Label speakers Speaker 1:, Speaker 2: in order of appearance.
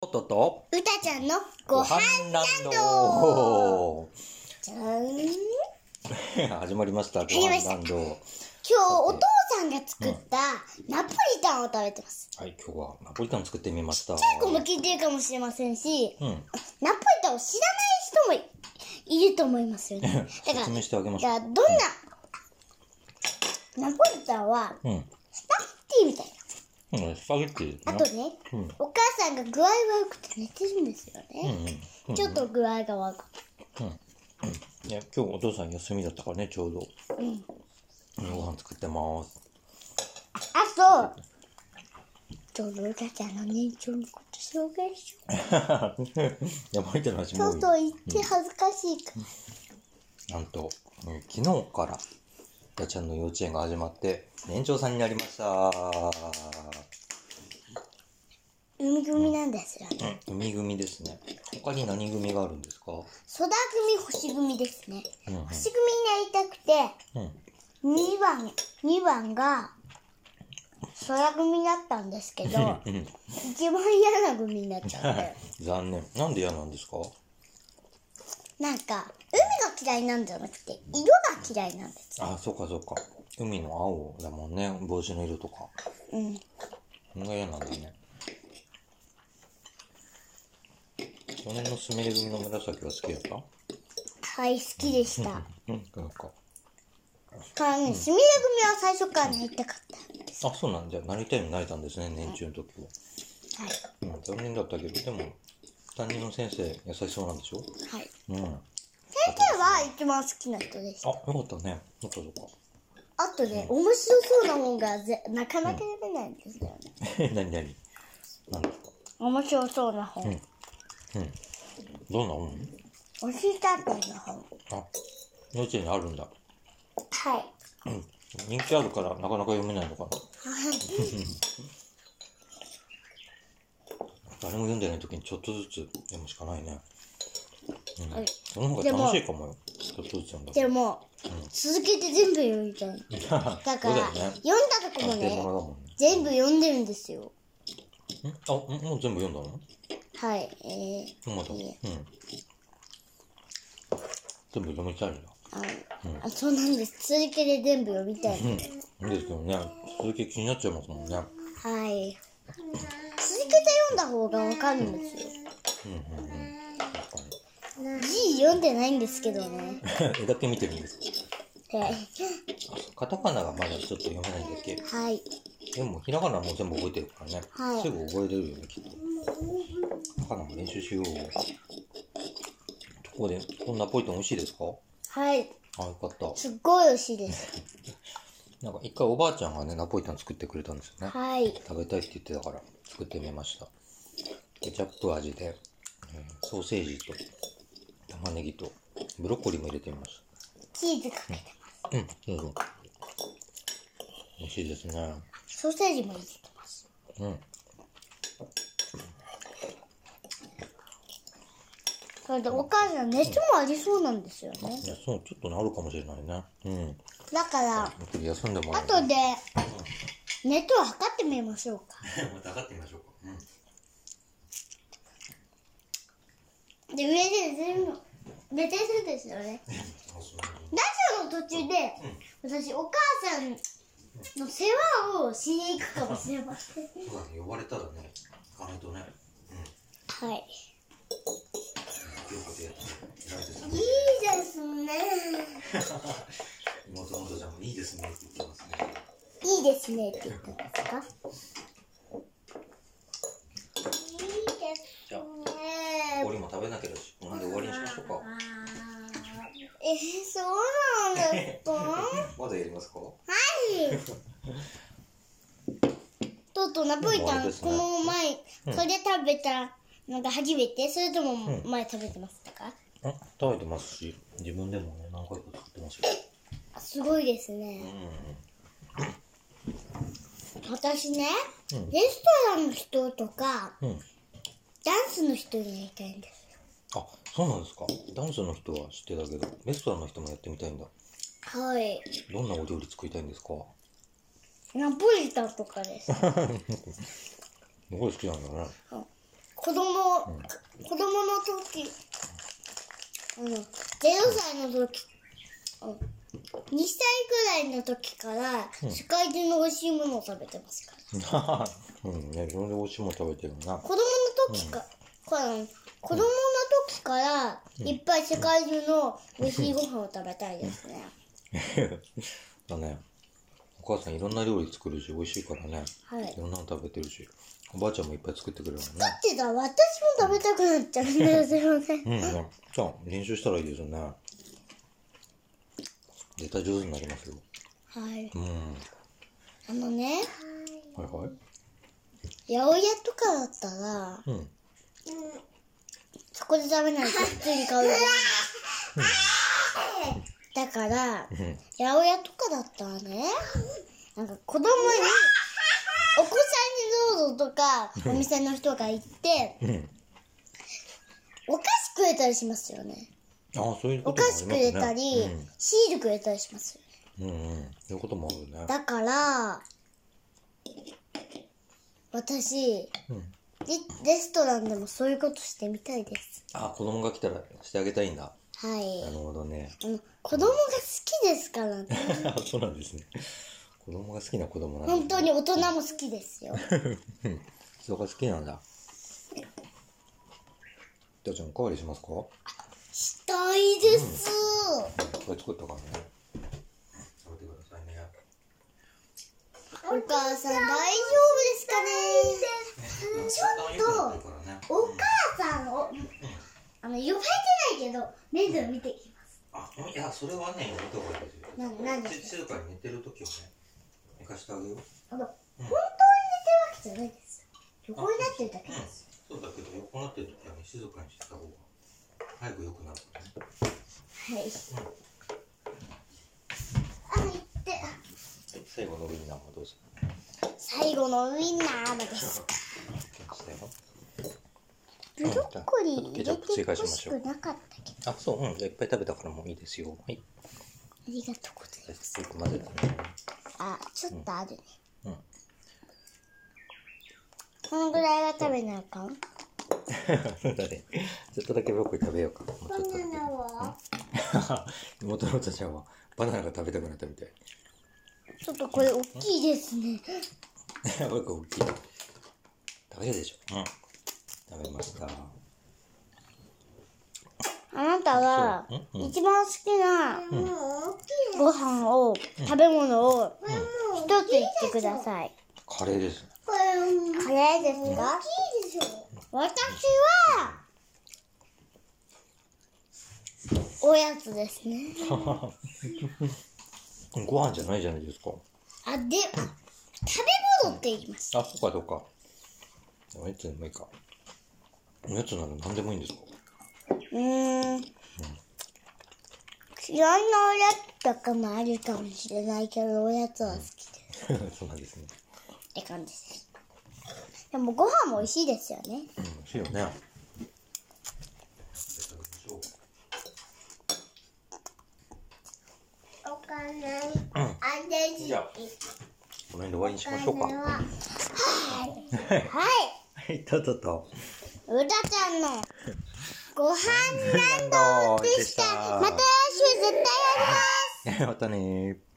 Speaker 1: トトと
Speaker 2: うたちゃんのご飯
Speaker 1: ラン
Speaker 2: ド
Speaker 1: ド
Speaker 2: じゃん今日
Speaker 1: 始まりましたご
Speaker 2: りま
Speaker 1: 飯
Speaker 2: した
Speaker 1: ランド
Speaker 2: お父さんが作ったナポリタンを食べてます
Speaker 1: はい今日はナポリタン作ってみました
Speaker 2: 結構も聞いてるかもしれませんし
Speaker 1: うん
Speaker 2: ナポリタンを知らない人もいると思いますよねだから
Speaker 1: 説明してあげまし
Speaker 2: じ
Speaker 1: ょ
Speaker 2: ゃあどんなナポリタンは
Speaker 1: ううん
Speaker 2: スパゲッティみたい
Speaker 1: うんスパゲッティです
Speaker 2: なあ
Speaker 1: ね
Speaker 2: とね
Speaker 1: うん
Speaker 2: お母さんが具合悪くて寝てるんですよ
Speaker 1: うん
Speaker 2: ね
Speaker 1: うん
Speaker 2: ちょっと具合が悪くて
Speaker 1: うんね今日お父さん休みだったからねちょうど
Speaker 2: うん
Speaker 1: ご飯作ってます
Speaker 2: あそうちょうどうたちゃんの年長のこと紹介しよう
Speaker 1: ナポリタンの話
Speaker 2: ちょ
Speaker 1: も
Speaker 2: っ
Speaker 1: う
Speaker 2: と言って恥ずかしいから。
Speaker 1: なんと、うん昨日からダちゃんの幼稚園が始まって年長さんになりました
Speaker 2: 海組なんですよね。
Speaker 1: うん海組ですね他に何組があるんですか
Speaker 2: ソダ組、星組ですね。
Speaker 1: うんうん
Speaker 2: 星組になりたくて、
Speaker 1: うん
Speaker 2: 2番、二番が、空組だったんですけど、
Speaker 1: うん
Speaker 2: 一番嫌な組になっちゃって。
Speaker 1: 残念なんで嫌なんですか
Speaker 2: なんか、海が嫌いなんじゃなくて、色が嫌いなんです。
Speaker 1: あそうかそうか海の青だもんね帽子の色とか
Speaker 2: うん。
Speaker 1: それが嫌なんだね去年のスミレ組の紫は好きだった
Speaker 2: はい、好きでした。
Speaker 1: うんなんか
Speaker 2: からね、すみれ組は最初からなりたかった。
Speaker 1: あそうなんじゃあなりたいのになれたんですね年中の時は
Speaker 2: はい。
Speaker 1: うん、残念だったけど、でも、担任の先生、優しそうなんでしょ
Speaker 2: はい。
Speaker 1: うん。あ、よ
Speaker 2: 先生は一番好きな人でした。
Speaker 1: かったね。よかったよか
Speaker 2: あとね、面白そうな本がぜなかなか読めないんですよね。
Speaker 1: った。なになになんだ
Speaker 2: 面白そうな本。
Speaker 1: どんな本
Speaker 2: おしさくの本。
Speaker 1: あ、幼稚園にあるんだ。
Speaker 2: はい。
Speaker 1: うん。人気あるから、なかなか読めないのかな。誰も読んでない時にちょっとずつ読むしかないね。うん。
Speaker 2: はい
Speaker 1: その方が楽しいかもよ。ちょっとずつ読んだ
Speaker 2: でも、続けて全部読みたい。
Speaker 1: ら。
Speaker 2: だか
Speaker 1: そう
Speaker 2: ら、
Speaker 1: だよね
Speaker 2: 読。んだとこも
Speaker 1: 探偵
Speaker 2: ね
Speaker 1: もの、だもんね。
Speaker 2: 全部読んでるんですよ。
Speaker 1: んあ、んもう全部読んだの
Speaker 2: はい。えー、
Speaker 1: まだ。うん。全部読みたいんだ。
Speaker 2: あの、あそうなんです。続けて全部読みたい。
Speaker 1: うん。ですよね。続き気になっちゃいますもんね。
Speaker 2: はい。続けて読んだ方がわかるんですよ。
Speaker 1: うんうんうん。確か
Speaker 2: 字読んでないんですけどね。
Speaker 1: に。絵 だけ見てるんです。
Speaker 2: はい。
Speaker 1: カタカナがまだちょっと読めないんだっけ。
Speaker 2: はい。
Speaker 1: でも、ひらがなも全部覚えてるからね。
Speaker 2: はい
Speaker 1: すぐ覚えれるよね、きっと。カタカナも練習しよう。とこで、こんなポイトン美味しいですか
Speaker 2: はい。
Speaker 1: あ、よかった。
Speaker 2: すっごい美味しいです。
Speaker 1: なんか一回おばあちゃんがね、ナポリタン作ってくれたんですよね。
Speaker 2: はい。
Speaker 1: 食べたいって言ってたから作ってみましたケチャップ味で、えーソーセージと玉ねぎとブロッコリーも入れてみまし
Speaker 2: チーズかけて。
Speaker 1: たうんそうそう美味しいですね
Speaker 2: ソーセージも入れてます。
Speaker 1: うん
Speaker 2: それでお母さん熱もありそうなんですよね。
Speaker 1: いやそうちょっとなるかもしれないねうん
Speaker 2: だから、
Speaker 1: ゆっくり休んでもらう
Speaker 2: 後で熱を測ってみましょうか。
Speaker 1: また測ってみましょうか、うん、
Speaker 2: で、上で全部寝てるんですよね。ラジオの途中で、私、お母さんの世話をしに行くかもしれません。
Speaker 1: そうだね呼ばれたらね行かないとね
Speaker 2: はい。
Speaker 1: よくやってないです
Speaker 2: いいですね。
Speaker 1: 妹のお父ちゃんもいいですねって言ってますね
Speaker 2: いいですねって言ったんですかいい
Speaker 1: じゃあ
Speaker 2: ですね
Speaker 1: 氷も食べなければしこの辺で終わりにしましょうか
Speaker 2: えー、そうなんですかは
Speaker 1: まだやりますか
Speaker 2: いとうとうナポリタン、
Speaker 1: もう終わりですね
Speaker 2: この前それ食べたのが初めてそれとも前食べてましたか、
Speaker 1: あ食べてますし自分でもね何回か作ってますよ
Speaker 2: あすごいですね私ね、
Speaker 1: うん
Speaker 2: レストランの人とか
Speaker 1: うん、うん、
Speaker 2: ダンスの人になりたいんです
Speaker 1: あそうなんですかダンスの人は知ってたけどレストランの人もやってみたいんだ
Speaker 2: はい
Speaker 1: どんなお料理作りたいんですか
Speaker 2: ナポリタンとかで す
Speaker 1: すごい好きなんだね
Speaker 2: こ子供、子供の時、うん、0歳の時、うん、2歳くらいの時から、世界中の美味しいものを食べてますから。
Speaker 1: うんね、自分で美味しいもの食べてるな。
Speaker 2: 子供の時か、から子供の時から、いっぱい世界中の美味しいご飯を食べたいですね。
Speaker 1: だね。お母さんいろんな料理作るし、美味しいからね。
Speaker 2: はい
Speaker 1: いろんなの食べてるし。おばあちゃんもいっぱい作ってくれるもん
Speaker 2: だ
Speaker 1: ね。
Speaker 2: ってだ、私も食べたくなっちゃうんですよね。
Speaker 1: うんね。じゃあ、練習したらいいですよね。絶対上手になりますよ。
Speaker 2: はい。
Speaker 1: うん。
Speaker 2: あのね、
Speaker 1: はいはい。
Speaker 2: 八百屋とかだったら、
Speaker 1: うん。
Speaker 2: そこで食べないと普通に買うじゃないだから、
Speaker 1: うん。
Speaker 2: 八百屋とかだったらね、なんか子供に、お子さんにどうぞとか、お店の人が言って、
Speaker 1: うん。
Speaker 2: お菓子くれたりしますよね。
Speaker 1: ああ、そういうこ
Speaker 2: お
Speaker 1: と
Speaker 2: 菓
Speaker 1: もあ
Speaker 2: 子
Speaker 1: り
Speaker 2: く
Speaker 1: ます
Speaker 2: れ
Speaker 1: ね。
Speaker 2: たり、シールくれたりします
Speaker 1: う
Speaker 2: よね。
Speaker 1: ん。うんうん。そういうこともあるね。
Speaker 2: だから、私、
Speaker 1: うん。
Speaker 2: レレストランでもそういうことしてみたいです。
Speaker 1: あ、子供が来たらしてあげたいんだ。
Speaker 2: はい
Speaker 1: な。るほどね。
Speaker 2: あの子供が好きですからね。
Speaker 1: そうなんですね。子供が好きな子供なんだ、
Speaker 2: 本当に大人も好きですよ。
Speaker 1: 人が好きなんだ。じゃあちゃんおかわりしますかこ
Speaker 2: したいです。
Speaker 1: れ作ったからね。食べてくださいね。
Speaker 2: お母さん大丈夫ですかね。ちょっと
Speaker 1: からね。
Speaker 2: お母さんをあの呼ばれてないけど面倒見てきます。
Speaker 1: あ、いや、それはね、やめた方がいいですよ。
Speaker 2: な何です
Speaker 1: 静かに寝てる時はね、寝かしてあげよう。
Speaker 2: あの本当に寝てるわけじゃないです。横になってるだけです。
Speaker 1: そうだけど、横になってる時はね、静かにしてた方が、早く良くなるからね。
Speaker 2: はい。あ行って
Speaker 1: 最後のウインナーもどうぞ。
Speaker 2: 最後のウインナーまです。ブロッコリー入れてほしくなかったけど。
Speaker 1: あ、そう、うん。じゃあいっぱい食べたからもういいですよ。はい。
Speaker 2: ありがとうございます。
Speaker 1: よく混ぜたね。
Speaker 2: あ、ちょっとあるね。
Speaker 1: うん。
Speaker 2: このぐらいは食べなあかん。
Speaker 1: そうだね。ちょっとだけブロッコリー食べようか。もうちょっとだけ
Speaker 2: は
Speaker 1: 妹のお茶ちゃんはバナナが食べたくなったみたい。
Speaker 2: ちょっとこれ大きいですね。
Speaker 1: おいこれ大きい。食べるでしょ。うん。食べました。
Speaker 2: あなたは
Speaker 1: そううんうん
Speaker 2: 一番好きなご飯を、食べ物を一つ言ってください。
Speaker 1: カレーですね。
Speaker 2: カレーですか
Speaker 3: いでしょ
Speaker 2: 私は、おやつですね。
Speaker 1: ご飯じゃないじゃないですか。
Speaker 2: あ、で、あ食べ物って言います。
Speaker 1: あ、そっかそっか。おやつでもいいか。おやつなら何でもいいんですか
Speaker 2: うーん。いろんなおやつとかもあるかもしれないけど、おやつは好きで
Speaker 1: そうなんですね。
Speaker 2: すって感じです。でもご飯も美味しいですよね。
Speaker 1: うん、美味しいよね。
Speaker 3: お金
Speaker 1: うん。
Speaker 3: あれ
Speaker 1: じゃあ、この辺で終わりにしましょうか。は
Speaker 2: はい。
Speaker 1: い、どうぞと。
Speaker 2: うらちゃんのご飯
Speaker 1: 何度
Speaker 2: でした。また来週絶対やりま す。
Speaker 1: またねー。